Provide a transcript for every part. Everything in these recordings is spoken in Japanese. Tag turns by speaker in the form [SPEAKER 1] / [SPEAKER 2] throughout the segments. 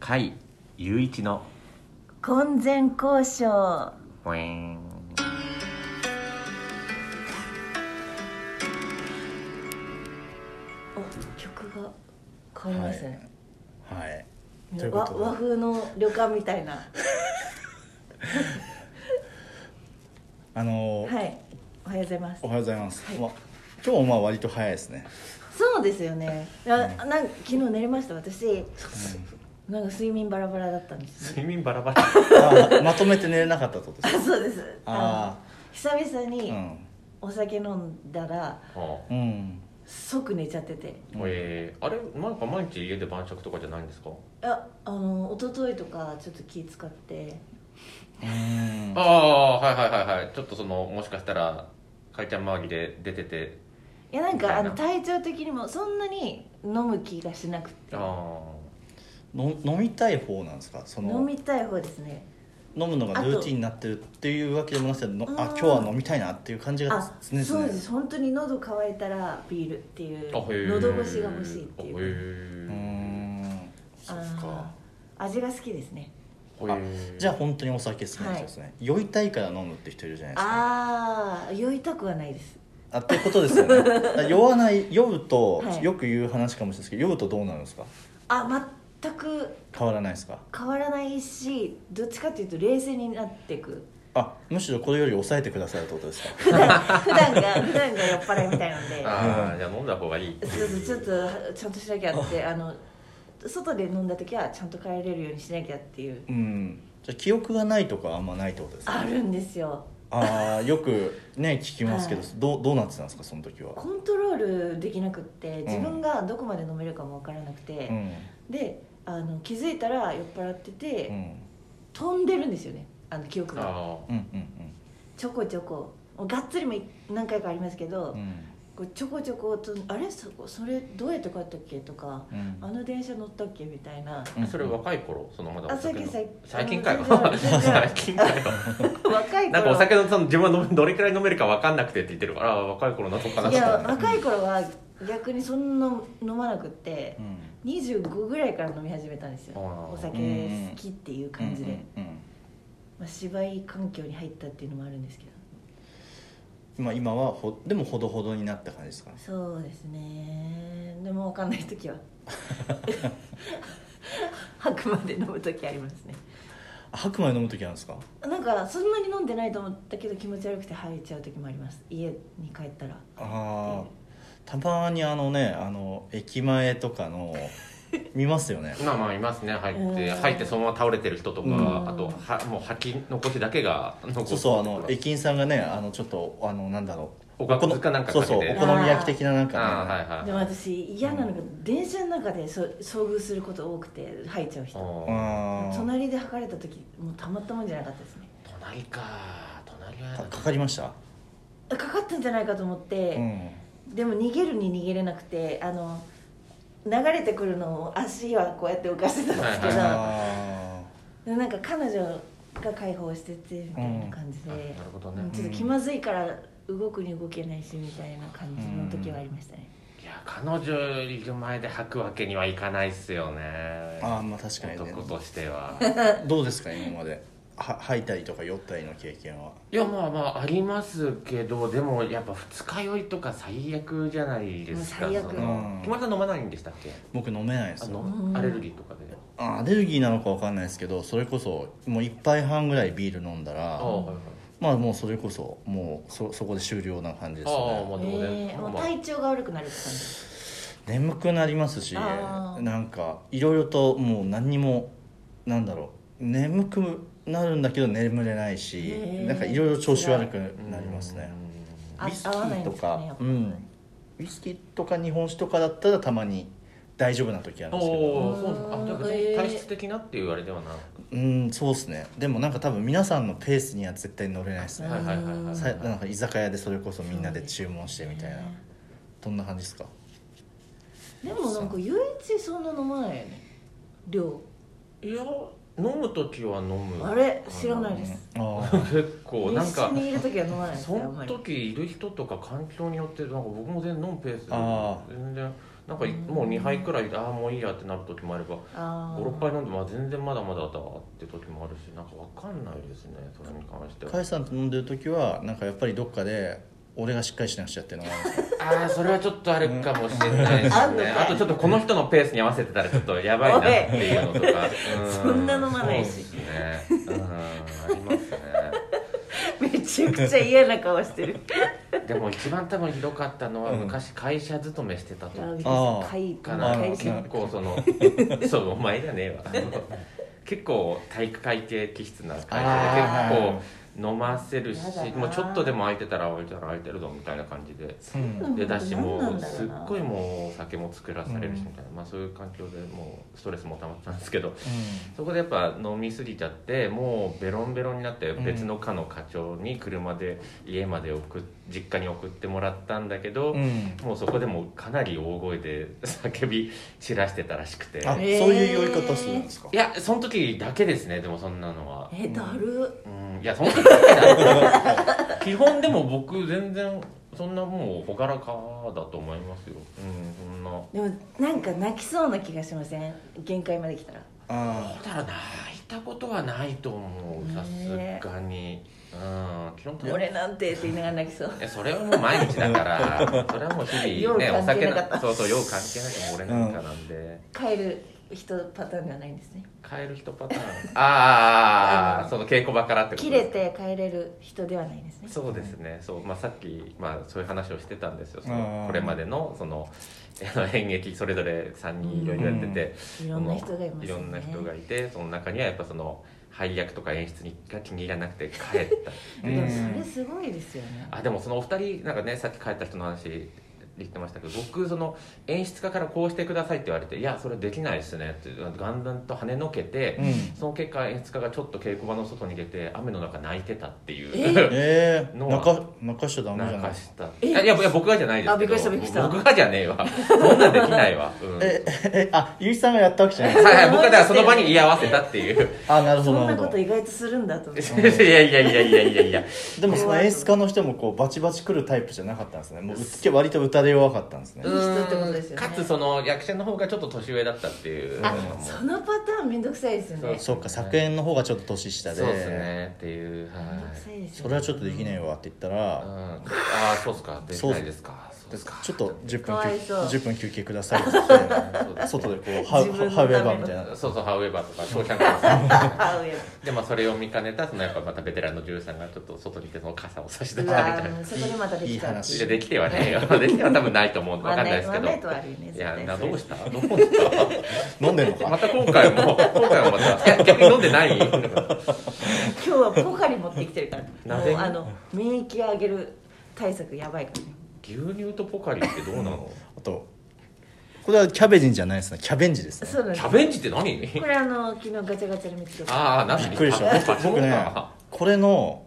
[SPEAKER 1] 甲斐雄一の
[SPEAKER 2] 婚前交渉
[SPEAKER 1] ウィーン
[SPEAKER 2] 曲が変わりますね、
[SPEAKER 3] はい
[SPEAKER 2] も
[SPEAKER 3] といううこ
[SPEAKER 2] 和
[SPEAKER 3] とで
[SPEAKER 2] 和風の旅館みたいな
[SPEAKER 3] あのー
[SPEAKER 2] はいおはようございます
[SPEAKER 3] おはようございます、
[SPEAKER 2] はい
[SPEAKER 3] まあ今日もまあ割と早いで すね、
[SPEAKER 2] そうですよねあなん昨日寝れました私なんか睡眠バラバラだったんですね
[SPEAKER 1] 睡眠バラバラ
[SPEAKER 3] あまとめて寝れなかったってこ と
[SPEAKER 2] あ
[SPEAKER 3] です
[SPEAKER 2] そうです
[SPEAKER 3] あ
[SPEAKER 2] あの久々
[SPEAKER 3] う
[SPEAKER 2] に
[SPEAKER 3] ん
[SPEAKER 2] お酒飲んだら
[SPEAKER 1] お
[SPEAKER 3] うん
[SPEAKER 2] 即寝ちゃってて
[SPEAKER 1] えー、あれなんか毎日家で晩酌とかじゃないんですか、
[SPEAKER 2] ああの一昨日とかちょっと気使って
[SPEAKER 3] うん
[SPEAKER 1] ああはいはいはいはいちょっとそのもしかしたらかいちゃん周りで出てて
[SPEAKER 2] いやなん
[SPEAKER 1] み
[SPEAKER 2] か
[SPEAKER 1] た
[SPEAKER 2] あ
[SPEAKER 1] いな
[SPEAKER 2] の体調的にもそんなに飲む気がしなくて
[SPEAKER 1] あ
[SPEAKER 3] の飲みたい方なんですかその
[SPEAKER 2] 飲みたい方ですね
[SPEAKER 3] 飲むのがルーティンになってるっていうわけでもなくてのあ今日は飲みたいなっていう感じが
[SPEAKER 2] あ
[SPEAKER 3] 常々
[SPEAKER 2] そうです本当に喉乾いたらビールっていう
[SPEAKER 1] あへえ
[SPEAKER 2] 喉越しが欲しいって
[SPEAKER 1] あ
[SPEAKER 2] いう
[SPEAKER 3] う
[SPEAKER 1] へえ
[SPEAKER 3] ん
[SPEAKER 1] そっか
[SPEAKER 2] あー味が好きですね
[SPEAKER 3] あ
[SPEAKER 1] へえ
[SPEAKER 3] じゃあ本当にお酒好きな人ですね、酔いたいから飲むって人いるじゃないですか
[SPEAKER 2] ああ酔いたくはないです
[SPEAKER 3] あってことですよねだか ら酔わない酔うと、
[SPEAKER 2] はい
[SPEAKER 3] よく言う話かもしれないですけど酔うとどうなるんですか
[SPEAKER 2] あ全く
[SPEAKER 3] 変わらないですか
[SPEAKER 2] 変わらないしどっちかっていうと冷静になっていく
[SPEAKER 3] あむしろこれより抑えてくださいってことです か
[SPEAKER 2] 普段普段 が普段が酔っ払いみたいなので
[SPEAKER 1] あーじゃあ飲んだ方がいいって
[SPEAKER 2] そうそう
[SPEAKER 1] い
[SPEAKER 2] ちょっ
[SPEAKER 1] う
[SPEAKER 2] とちゃんとしなきゃってあの外で飲んだ時はちゃんと帰れるようにしなきゃっていう
[SPEAKER 3] うんじゃあ記憶がないとかあんまないってことですか
[SPEAKER 2] あるんですよ
[SPEAKER 3] ああよくね聞きますけど、
[SPEAKER 2] はい
[SPEAKER 3] どうどうなってたんですかその時は
[SPEAKER 2] コントロールできなくって自分がどこまで飲めるかも分からなく
[SPEAKER 3] う
[SPEAKER 2] て、
[SPEAKER 3] ん
[SPEAKER 2] であの気づいたら酔っ払ってて、
[SPEAKER 3] うん
[SPEAKER 2] 飛んでるんですよねあの記憶が
[SPEAKER 1] あ
[SPEAKER 3] うんうん
[SPEAKER 2] ちょこちょこもうがっつりも何回かありますけど、
[SPEAKER 3] うんうん
[SPEAKER 2] こうちょこちょことあれそこそれどうやって帰ったっけとか
[SPEAKER 3] うん
[SPEAKER 2] あの電車乗ったっけみたいな
[SPEAKER 1] あそれ若い頃そのまだ
[SPEAKER 2] あ
[SPEAKER 1] お酒
[SPEAKER 2] 最
[SPEAKER 1] の
[SPEAKER 2] 近最
[SPEAKER 1] 最近かよ
[SPEAKER 2] 全然
[SPEAKER 1] 最近かよ
[SPEAKER 2] 若い頃
[SPEAKER 1] なんかお酒のその自分は飲むどれくらい飲めるか分かんなくてって言ってるからあー若い頃なのかなと
[SPEAKER 2] いや
[SPEAKER 1] 思って
[SPEAKER 2] 若い頃は逆にそんな飲まなくって
[SPEAKER 3] う、ん
[SPEAKER 2] 25ぐらいから飲み始めたんですよ
[SPEAKER 1] あー
[SPEAKER 2] お酒好きっていう感じで、
[SPEAKER 3] うんうんうん
[SPEAKER 2] まあ、芝居環境に入ったっていうのもあるんですけど
[SPEAKER 3] まあ今はほでもほどほどになった感じですかね
[SPEAKER 2] そうですねでも分かんない時は 吐くまで飲む時ありますね
[SPEAKER 3] あ白米飲む時あるんですか
[SPEAKER 2] なんかそんなに飲んでないと思ったけど気持ち悪くて吐いちゃう時もあります家に帰ったら
[SPEAKER 3] ああたまにあのねあの駅前とかの見ます よね
[SPEAKER 1] まあまあいますね入って
[SPEAKER 2] うん
[SPEAKER 1] 入ってそのまま倒れてる人とか、
[SPEAKER 3] うん
[SPEAKER 1] あとはもう吐き残しだけが残って
[SPEAKER 3] そう
[SPEAKER 1] る
[SPEAKER 3] そうあの駅員さんがねあのちょっとあのなんだろう
[SPEAKER 1] おかずかなんかかけて
[SPEAKER 3] そうそうお好み焼き的ななん
[SPEAKER 1] ああ
[SPEAKER 3] か
[SPEAKER 1] は
[SPEAKER 3] ね
[SPEAKER 1] いはい
[SPEAKER 2] でも私嫌なのが電車の中でそ遭遇すること多くて吐いちゃう
[SPEAKER 1] あ
[SPEAKER 2] 人
[SPEAKER 3] あー
[SPEAKER 2] 隣で吐かれた時もうたまったもんじゃなかったですね
[SPEAKER 1] ー隣か隣は
[SPEAKER 3] かかかりました
[SPEAKER 2] かかったんじゃないかと思っ
[SPEAKER 3] う
[SPEAKER 2] て、
[SPEAKER 3] ん
[SPEAKER 2] でも逃げるに逃げれなくてあの流れてくるのを足はこうやって浮かせてたんですけ
[SPEAKER 1] はい
[SPEAKER 2] ど、
[SPEAKER 1] はい
[SPEAKER 3] あ
[SPEAKER 2] でなんか彼女が解放しててみたいな感じ
[SPEAKER 1] う
[SPEAKER 2] で、
[SPEAKER 1] んあなるほどね
[SPEAKER 2] うんちょっと気まずいから動くに動けないしみたいな感じの時はありましたね、
[SPEAKER 1] いや彼女いる前で吐くわけにはいかないっすよね
[SPEAKER 3] ーあーまあ確かにね
[SPEAKER 1] 男としては
[SPEAKER 3] どうですか今までは吐いたりとか酔ったりの経験はい
[SPEAKER 1] やまあまあありますけどでもやっぱ二日酔いとか最悪じゃないですか
[SPEAKER 2] もう最悪
[SPEAKER 1] その
[SPEAKER 3] うん
[SPEAKER 1] 木村さん飲まないんでしたっけ
[SPEAKER 3] 僕飲めないです
[SPEAKER 1] あ
[SPEAKER 3] よ
[SPEAKER 1] の
[SPEAKER 2] うん
[SPEAKER 1] アレルギーとかで
[SPEAKER 3] あアレルギーなのかわかんないですけどそれこそもう一杯半ぐらいビール飲んだら
[SPEAKER 1] ああはいはい
[SPEAKER 3] まあもうそれこそもうそそこで終了な感じです
[SPEAKER 1] ああ
[SPEAKER 3] ね
[SPEAKER 1] まあでも
[SPEAKER 2] え
[SPEAKER 1] ね
[SPEAKER 2] ー
[SPEAKER 1] まあ
[SPEAKER 2] もう
[SPEAKER 1] まあ
[SPEAKER 2] 体調が悪くなるって感じ
[SPEAKER 3] 眠くなりますし
[SPEAKER 2] あー
[SPEAKER 3] なんかいろいろともう何にもなんだろう眠くなるんだけど眠れないし
[SPEAKER 2] へー
[SPEAKER 3] なんかいろいろ調子悪くなりますね
[SPEAKER 2] うん
[SPEAKER 3] ウイスキー
[SPEAKER 2] あ合
[SPEAKER 3] と
[SPEAKER 2] わ
[SPEAKER 3] か
[SPEAKER 2] ないんですかねやっぱ
[SPEAKER 3] うんウイスキーとか日本酒とかだったらたまに大丈夫な時あるんですけど
[SPEAKER 1] おおそうなんだあじゃあ別
[SPEAKER 2] え
[SPEAKER 1] に
[SPEAKER 2] ー
[SPEAKER 1] 体質的なっていうあれではな
[SPEAKER 3] うんそうですねでもなんか多分皆さんのペースには絶対乗れないですね
[SPEAKER 2] ん
[SPEAKER 1] はいはいはいはいはい
[SPEAKER 3] さなんか居酒屋でそれこそみんなで注文してみたいなどんな感じですか
[SPEAKER 2] でもなんか唯一そんな飲まないよね量
[SPEAKER 1] いや飲む時は飲む
[SPEAKER 2] あれ知らないです
[SPEAKER 1] あ
[SPEAKER 3] あ
[SPEAKER 1] の結構なん
[SPEAKER 2] 一緒
[SPEAKER 1] か
[SPEAKER 2] にいる時は飲まないです
[SPEAKER 1] そ
[SPEAKER 2] ねあん
[SPEAKER 1] の
[SPEAKER 2] まり
[SPEAKER 1] 時いる人とか環境によってなんか僕も全然飲むペース
[SPEAKER 3] あ
[SPEAKER 1] 全然なんかいもう2杯くらいああもういいやってなる時もあれば
[SPEAKER 2] あー
[SPEAKER 1] 56杯飲んでもあ全然まだまだだって時もあるしなんかわかんないですねそれに関して
[SPEAKER 3] 甲
[SPEAKER 1] は
[SPEAKER 3] 斐さんと飲んでる時はなんかやっぱりどっかで俺がしっかりしなくちゃっていうのがあるんですよ
[SPEAKER 1] ああそれはちょっとあれかもしれないで
[SPEAKER 2] あ
[SPEAKER 1] す
[SPEAKER 2] んの
[SPEAKER 1] ね
[SPEAKER 2] かい
[SPEAKER 1] あとちょっとこの人のペースに合わせてたらちょっとやばいなっていうのとかう
[SPEAKER 2] そんな飲まないし
[SPEAKER 1] そうですねうんありますね
[SPEAKER 2] めちゃくちゃ嫌な顔してる
[SPEAKER 1] でも一番多分ひどかったのは
[SPEAKER 3] うん
[SPEAKER 1] 昔会社勤めしてた時
[SPEAKER 3] あー
[SPEAKER 2] かい
[SPEAKER 1] か
[SPEAKER 2] か
[SPEAKER 1] な
[SPEAKER 2] な
[SPEAKER 3] あー
[SPEAKER 2] 会
[SPEAKER 1] 結
[SPEAKER 2] 社
[SPEAKER 1] 構 そのそうお前じゃねえわあの結構体育会系気質な会社
[SPEAKER 3] あ
[SPEAKER 1] で
[SPEAKER 3] ー
[SPEAKER 1] 結構飲ませるし
[SPEAKER 2] やだな
[SPEAKER 1] もうちょっとでも空いてたら空いてたら空いてるぞみたいな感じで
[SPEAKER 3] うん
[SPEAKER 1] でだしも
[SPEAKER 2] なん
[SPEAKER 1] う
[SPEAKER 2] なんだ
[SPEAKER 1] す
[SPEAKER 2] ろ
[SPEAKER 1] っ
[SPEAKER 2] うな
[SPEAKER 1] ごいもうお酒も作らされるし
[SPEAKER 3] う
[SPEAKER 1] み
[SPEAKER 3] ん
[SPEAKER 1] たいな、まあ、そういう環境でもうストレスも溜まってたんですけど そこでやっぱ飲みすぎちゃってもうベロンベロンになって
[SPEAKER 3] うん
[SPEAKER 1] 別の課の課長に車で家まで送っ実家に送ってもらったんだけど、
[SPEAKER 3] うんうん
[SPEAKER 1] もうそこでもかなり大声で叫び散らしてたらしくて
[SPEAKER 3] あそう
[SPEAKER 1] い
[SPEAKER 3] いう酔い方するんですか
[SPEAKER 1] やその時だけですねでもそんなのは
[SPEAKER 2] えだる
[SPEAKER 1] うんいやその時だけだろう基本でも僕全然そんなもう朗らかだと思いますようんそんなほ
[SPEAKER 2] でもなんか泣きそうな気がしません限界まで来たら
[SPEAKER 3] あ
[SPEAKER 1] たら泣いたことはないと思うさ
[SPEAKER 2] ねえ
[SPEAKER 1] すがにうん基本的に
[SPEAKER 2] 俺なんてって言いながら泣きそう
[SPEAKER 1] いやそれはもう毎日だからそれはもう日 々ね
[SPEAKER 2] よう
[SPEAKER 1] お
[SPEAKER 2] 関係
[SPEAKER 1] 酒
[SPEAKER 2] なかった
[SPEAKER 1] なそうそうよう関係なくも俺なんかなんで、
[SPEAKER 2] 帰る人パターンではないんですね
[SPEAKER 1] 変える人パターンあーあーあーあーその稽古場からってこと
[SPEAKER 2] 切
[SPEAKER 1] で
[SPEAKER 2] れ
[SPEAKER 1] すか
[SPEAKER 2] て帰れる人ではないんですね
[SPEAKER 1] そうですねそう、まあ、さっき、まあ、そういう話をしてたんですよそ
[SPEAKER 3] あ
[SPEAKER 1] の
[SPEAKER 3] ー
[SPEAKER 1] これまでのその あの演劇それぞれ3人いろいろやってて、
[SPEAKER 2] いろんな人がいますね
[SPEAKER 1] いろんな人がいてその中にはやっぱその配役とか演出が気に入らなくて 帰った
[SPEAKER 2] でも
[SPEAKER 3] うん
[SPEAKER 2] それすごいですよね
[SPEAKER 1] あでもそのお二人なんかねさっき帰った人の話言ってましたけど僕その演出家からこうしてくださいって言われて「いやそれできないですね」ってガンガンと跳ねのけて、
[SPEAKER 3] うん
[SPEAKER 1] その結果演出家がちょっと稽古場の外に出て雨の中泣いてたっていう
[SPEAKER 2] え
[SPEAKER 3] ええ
[SPEAKER 1] の
[SPEAKER 3] 泣か泣かしちゃダメじゃ
[SPEAKER 1] 泣
[SPEAKER 3] な
[SPEAKER 1] か
[SPEAKER 3] い
[SPEAKER 1] したい
[SPEAKER 2] え
[SPEAKER 1] やいやいや僕がじゃないですけど
[SPEAKER 2] あびっくりしたびっくりした
[SPEAKER 1] 僕がじゃねえわそんなんできないわ、うん、はい
[SPEAKER 3] ええあゆうきさんがやったわけじゃないですか
[SPEAKER 1] はい僕はだからその場に居合わせたっていう
[SPEAKER 3] あなるほ
[SPEAKER 2] そ
[SPEAKER 3] ど
[SPEAKER 2] ん
[SPEAKER 3] な
[SPEAKER 2] な
[SPEAKER 3] るほ
[SPEAKER 2] こと
[SPEAKER 3] ど
[SPEAKER 2] 意外とするんだと思って
[SPEAKER 1] いやいやいやいやいやいや
[SPEAKER 3] でもその演出家の人もこうバチバチ来るタイプじゃなかったんですねもううつけ割と打たれ弱かったんですね
[SPEAKER 2] い 人ってことですよ
[SPEAKER 1] う
[SPEAKER 2] ね
[SPEAKER 1] んかつその役者の方がちょっと年上だったっていう
[SPEAKER 2] あ
[SPEAKER 1] のも
[SPEAKER 2] そのパターンめんどくさいですよね
[SPEAKER 3] そうか作演の方がちょっと年下で
[SPEAKER 1] そうですねっていうは
[SPEAKER 2] めんどく
[SPEAKER 1] い
[SPEAKER 2] さいですよね
[SPEAKER 3] それはちょっとできないわって言った
[SPEAKER 1] うん
[SPEAKER 3] ら、
[SPEAKER 1] ああそうっすかできないですかそうっすか
[SPEAKER 3] ちょっと10
[SPEAKER 2] か
[SPEAKER 3] 分
[SPEAKER 2] わい
[SPEAKER 3] 休
[SPEAKER 2] そう
[SPEAKER 3] 10分休憩くださいって言っ
[SPEAKER 1] そうです
[SPEAKER 3] て外でこうハウ
[SPEAKER 2] 自分の
[SPEAKER 3] ハウエ
[SPEAKER 2] ため
[SPEAKER 3] バー
[SPEAKER 2] の
[SPEAKER 3] みたいな
[SPEAKER 1] そうそうハウエバーとかショーシャンクとか
[SPEAKER 2] あ上
[SPEAKER 1] でまあそれを見かねたそのやっぱまたベテランの女優さんがちょっと外にいてその傘を差し出
[SPEAKER 2] う
[SPEAKER 1] したみ
[SPEAKER 2] わ
[SPEAKER 1] たいな
[SPEAKER 2] ーそこでまたできたって
[SPEAKER 3] い
[SPEAKER 1] い
[SPEAKER 3] い
[SPEAKER 1] や
[SPEAKER 2] う
[SPEAKER 1] できてはねえ よできては多分ないと思うわかんないですけ
[SPEAKER 2] ワン
[SPEAKER 1] ど
[SPEAKER 2] ナイトはあるよね
[SPEAKER 1] いや
[SPEAKER 2] 絶対
[SPEAKER 1] な
[SPEAKER 2] それ
[SPEAKER 1] どうしたどうし
[SPEAKER 3] 飲んでるの
[SPEAKER 1] た
[SPEAKER 3] か
[SPEAKER 1] また今回も今回もまたいや逆に飲んでない
[SPEAKER 2] 今日はポカリ持ってき てるから
[SPEAKER 1] な
[SPEAKER 2] も
[SPEAKER 1] ぜ
[SPEAKER 2] うあの免疫上げる対策やばいからね
[SPEAKER 1] 牛乳とポカリってどうなの
[SPEAKER 3] あとこれはキャベジンじゃないですねキャベンジですね
[SPEAKER 2] そうなんで
[SPEAKER 1] キ
[SPEAKER 2] す
[SPEAKER 1] ャベンジって何
[SPEAKER 2] これあの昨日ガチャガチャで見つけたあ
[SPEAKER 1] ああなん
[SPEAKER 3] びっくりした
[SPEAKER 1] あ
[SPEAKER 3] 僕僕ね
[SPEAKER 1] あ
[SPEAKER 3] これの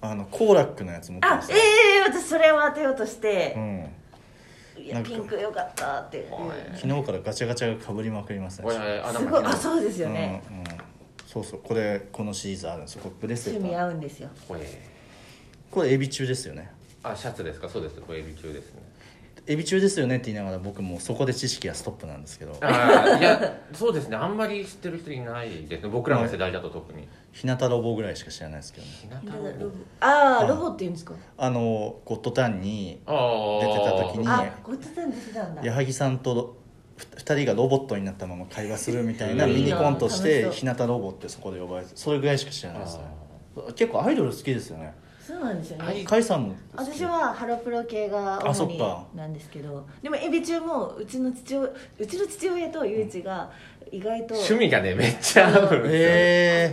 [SPEAKER 3] あのコーラックのやつ持ってます
[SPEAKER 2] ええ私それを当てようとして
[SPEAKER 3] う、ん、
[SPEAKER 2] いや
[SPEAKER 3] なんか
[SPEAKER 2] ピンクよかったっていう
[SPEAKER 1] おい
[SPEAKER 3] 昨日からガチャガチャがかぶりまくりますね
[SPEAKER 1] おいおいあなん
[SPEAKER 2] す
[SPEAKER 1] か
[SPEAKER 2] ごいあそうです
[SPEAKER 3] う
[SPEAKER 2] よ
[SPEAKER 3] んう
[SPEAKER 2] ね
[SPEAKER 3] ん、、そうそうこれこのシリーズあるんですよこれブレスレッ
[SPEAKER 2] 趣味
[SPEAKER 3] ト
[SPEAKER 2] 合うんですよ
[SPEAKER 1] これ
[SPEAKER 3] これエビ中ですよね
[SPEAKER 1] あシャツですかそうですこれエビ中ですね
[SPEAKER 3] エビ中ですよねって言いながら僕もうそこで知識がストップなんですけど
[SPEAKER 1] ああいやそうですねあんまり知ってる人いないですね僕らの世代だと特に
[SPEAKER 3] 日向ロボぐらいしか知らないですけどね
[SPEAKER 1] 日向
[SPEAKER 2] ロ
[SPEAKER 1] を
[SPEAKER 2] ボあ
[SPEAKER 3] う
[SPEAKER 2] あ
[SPEAKER 3] ん
[SPEAKER 2] ロボって言うんですか
[SPEAKER 3] あのゴッドタンに
[SPEAKER 1] あ
[SPEAKER 3] 出てた
[SPEAKER 1] あ
[SPEAKER 3] 時に
[SPEAKER 2] あゴッドタン出てたんだ
[SPEAKER 3] 矢作さんと2人がロボットになったまま会話するみたいな
[SPEAKER 1] うん
[SPEAKER 3] ミニコントし
[SPEAKER 2] いい
[SPEAKER 3] て
[SPEAKER 2] な
[SPEAKER 3] 日向ロボってそこで呼ばれてそれぐらいしか知らないですね結構アイドル好きですよね
[SPEAKER 2] そうなんですよ
[SPEAKER 1] は
[SPEAKER 2] ね
[SPEAKER 1] い
[SPEAKER 3] 甲斐さんも好き
[SPEAKER 2] 私はハロプロ系が
[SPEAKER 3] あ
[SPEAKER 2] 主
[SPEAKER 3] そっ
[SPEAKER 2] に
[SPEAKER 3] か
[SPEAKER 2] なんですけどでもエビ中もうちの父親うちの父親とゆういちが意外と
[SPEAKER 1] 趣味がねめっちゃ合うんですよ
[SPEAKER 3] へ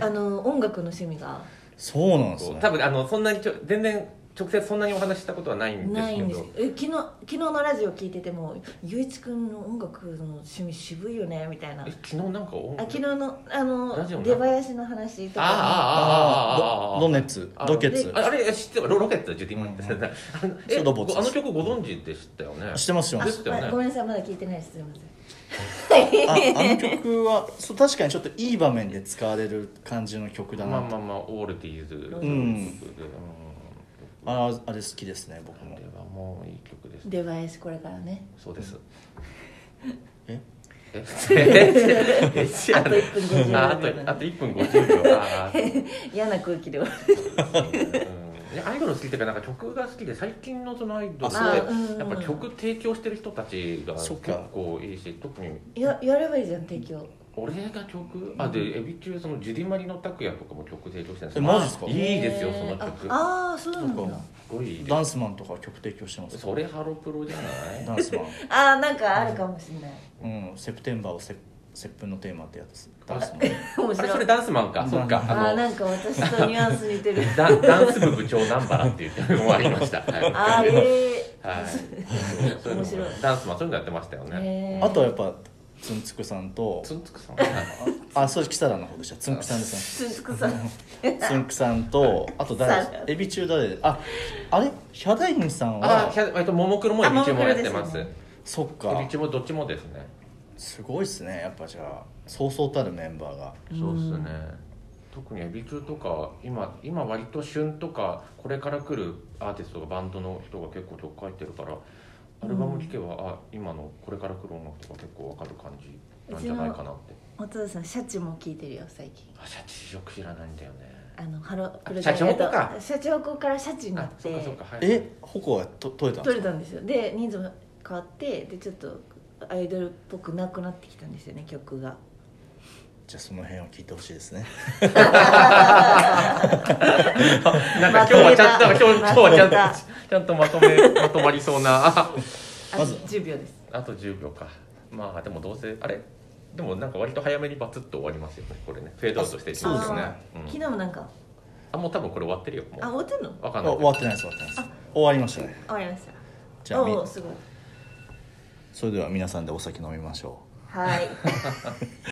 [SPEAKER 3] え
[SPEAKER 2] あの音楽の趣味が
[SPEAKER 3] そうなんです
[SPEAKER 1] そう
[SPEAKER 3] ね
[SPEAKER 1] 多分あのそんなにちょ全然直接そんなにお話ししたことはないんです
[SPEAKER 2] な
[SPEAKER 1] け
[SPEAKER 2] いんです
[SPEAKER 1] ど
[SPEAKER 2] え昨日昨日のラジオ聞いてても「ゆういちくんの音楽の趣味渋いよね」みたいな
[SPEAKER 1] え
[SPEAKER 2] あ
[SPEAKER 1] 昨日なんか音
[SPEAKER 2] 昨日
[SPEAKER 1] あ
[SPEAKER 2] のあ
[SPEAKER 1] ラジオの
[SPEAKER 2] の出囃子の話と
[SPEAKER 1] あ
[SPEAKER 2] か
[SPEAKER 3] あ
[SPEAKER 1] ああああ
[SPEAKER 3] あ
[SPEAKER 1] あ
[SPEAKER 3] ドネツ
[SPEAKER 1] あ
[SPEAKER 3] ドケ
[SPEAKER 2] で
[SPEAKER 3] ツ
[SPEAKER 1] ああれ知ってるロロケットジュディマンって
[SPEAKER 3] うん
[SPEAKER 1] あのえ
[SPEAKER 3] そうロボット
[SPEAKER 1] あの曲ご存知でしたよね
[SPEAKER 3] してますよ
[SPEAKER 1] あ
[SPEAKER 3] ね
[SPEAKER 1] ですよね
[SPEAKER 2] あごめんなさいまだ聞いてないですすいません
[SPEAKER 3] ああの曲はそう確かにちょっといい場面で使われる感じの曲だ
[SPEAKER 1] まあ
[SPEAKER 3] な
[SPEAKER 1] ま
[SPEAKER 3] と
[SPEAKER 1] あまあオールディーズ
[SPEAKER 2] うん
[SPEAKER 1] でうん
[SPEAKER 3] ああれ好きですね僕
[SPEAKER 1] あ
[SPEAKER 3] も
[SPEAKER 1] れはもういい曲です
[SPEAKER 2] 出囃子これからね
[SPEAKER 1] そうです
[SPEAKER 3] え
[SPEAKER 1] ええ え
[SPEAKER 2] あと1分50秒
[SPEAKER 1] ああとあと1分50秒あー
[SPEAKER 2] 嫌な空気で終わ
[SPEAKER 1] うんアイドル好きっていうかなんか曲が好きで最近のそのアイドルって
[SPEAKER 3] あそう
[SPEAKER 1] やっぱ曲提供してる人たちが結
[SPEAKER 3] そっか
[SPEAKER 1] 構いいし特に
[SPEAKER 2] るややればいいじゃん提供
[SPEAKER 1] 俺が曲あでエビ中そのジュディマリの拓也とかも曲提供してるんです
[SPEAKER 3] えマジっすか
[SPEAKER 1] いいですよその曲す
[SPEAKER 2] ああーそうなん
[SPEAKER 3] なん
[SPEAKER 2] だ
[SPEAKER 3] か
[SPEAKER 1] ごいいいで
[SPEAKER 3] ダンスマンとか曲提供してますす
[SPEAKER 1] それハロプロじゃない
[SPEAKER 3] ダンスマン
[SPEAKER 2] ああなんかあるかもしれない
[SPEAKER 3] うん、セプテンバーをセセップンのテーマってやつ
[SPEAKER 1] あ
[SPEAKER 3] ダンスマン
[SPEAKER 2] 面
[SPEAKER 1] あ
[SPEAKER 2] 白
[SPEAKER 1] れ
[SPEAKER 2] い
[SPEAKER 1] それダンスマンかそっか
[SPEAKER 3] ダンス
[SPEAKER 2] あ
[SPEAKER 1] あ
[SPEAKER 2] ー
[SPEAKER 1] の
[SPEAKER 2] なんか私とニュアンス似てる
[SPEAKER 1] ダンダンス部部長南原っていうのもありましたはい
[SPEAKER 2] あーえ
[SPEAKER 1] はいそううのも
[SPEAKER 2] 面白い
[SPEAKER 1] ダンスマンそういうのやってましたよ
[SPEAKER 2] ー、
[SPEAKER 1] ね
[SPEAKER 2] えー、
[SPEAKER 3] あとはやっぱツンツクさんと
[SPEAKER 1] つんつくさん
[SPEAKER 3] あそうキサラの方でしたツンクさんですね
[SPEAKER 2] つんつくさん
[SPEAKER 3] つんくさんとあと誰
[SPEAKER 2] さん
[SPEAKER 3] エビ中誰でああれヒャダインさん
[SPEAKER 1] あ
[SPEAKER 3] は
[SPEAKER 1] ひゃえっとももクロもエビ中もやってますエ
[SPEAKER 2] あももクロですよね
[SPEAKER 3] そっ
[SPEAKER 1] ビ
[SPEAKER 3] か
[SPEAKER 1] 中もどっちもですね
[SPEAKER 3] すごいっすねやっぱじゃあそうそうたるメンバーが
[SPEAKER 1] そうですね特にエビ中とか今今割と旬とかこれから来るアーティストがバンドの人が結構曲書いてるからアルバム聴けば、あ今のこれから来る音楽とか結構わかる感じなんじゃないかなって
[SPEAKER 2] お父さんシャチも聞いてるよ最近
[SPEAKER 1] あシャチよく知らないんだよね
[SPEAKER 2] あのハロプロ
[SPEAKER 1] シャチホコか
[SPEAKER 2] シャチホコからシャチにな
[SPEAKER 1] あ
[SPEAKER 2] っ
[SPEAKER 1] そ
[SPEAKER 2] て
[SPEAKER 1] っかそっかはい
[SPEAKER 3] えホコはと取れたんで
[SPEAKER 2] 取
[SPEAKER 3] す
[SPEAKER 2] れ
[SPEAKER 3] か
[SPEAKER 2] たんですよで人数も変わってでちょっとアイドルっぽくなくなってきたんですよね曲が
[SPEAKER 3] じゃあその辺を聞いてほしいですね
[SPEAKER 1] なんか今日はちゃんと
[SPEAKER 2] ま
[SPEAKER 1] 今日今
[SPEAKER 2] とめた
[SPEAKER 1] 日はちゃん
[SPEAKER 2] ま
[SPEAKER 1] と
[SPEAKER 2] と
[SPEAKER 1] ちゃんとまとめ まとまりそうな あ
[SPEAKER 2] あと
[SPEAKER 3] まず
[SPEAKER 2] 10秒です
[SPEAKER 1] あと10秒かまあでもどうせあれでもなんか割と早めにバツッと終わりますよねこれねフェードアウトしていき
[SPEAKER 3] そう
[SPEAKER 1] ま
[SPEAKER 3] ですす
[SPEAKER 1] よ
[SPEAKER 3] ね
[SPEAKER 1] ね
[SPEAKER 2] あー
[SPEAKER 1] うん
[SPEAKER 2] 昨日もなんか
[SPEAKER 1] あもう多分これ終わってるよ
[SPEAKER 2] あ
[SPEAKER 1] もう
[SPEAKER 2] 終わってんの
[SPEAKER 1] わか
[SPEAKER 3] あ
[SPEAKER 1] んない
[SPEAKER 3] 終わってないです終わってないです終わりましたね
[SPEAKER 2] 終わりました
[SPEAKER 3] じゃあみ
[SPEAKER 2] おおすごい
[SPEAKER 3] それでは皆さんでお酒飲みましょう
[SPEAKER 2] はい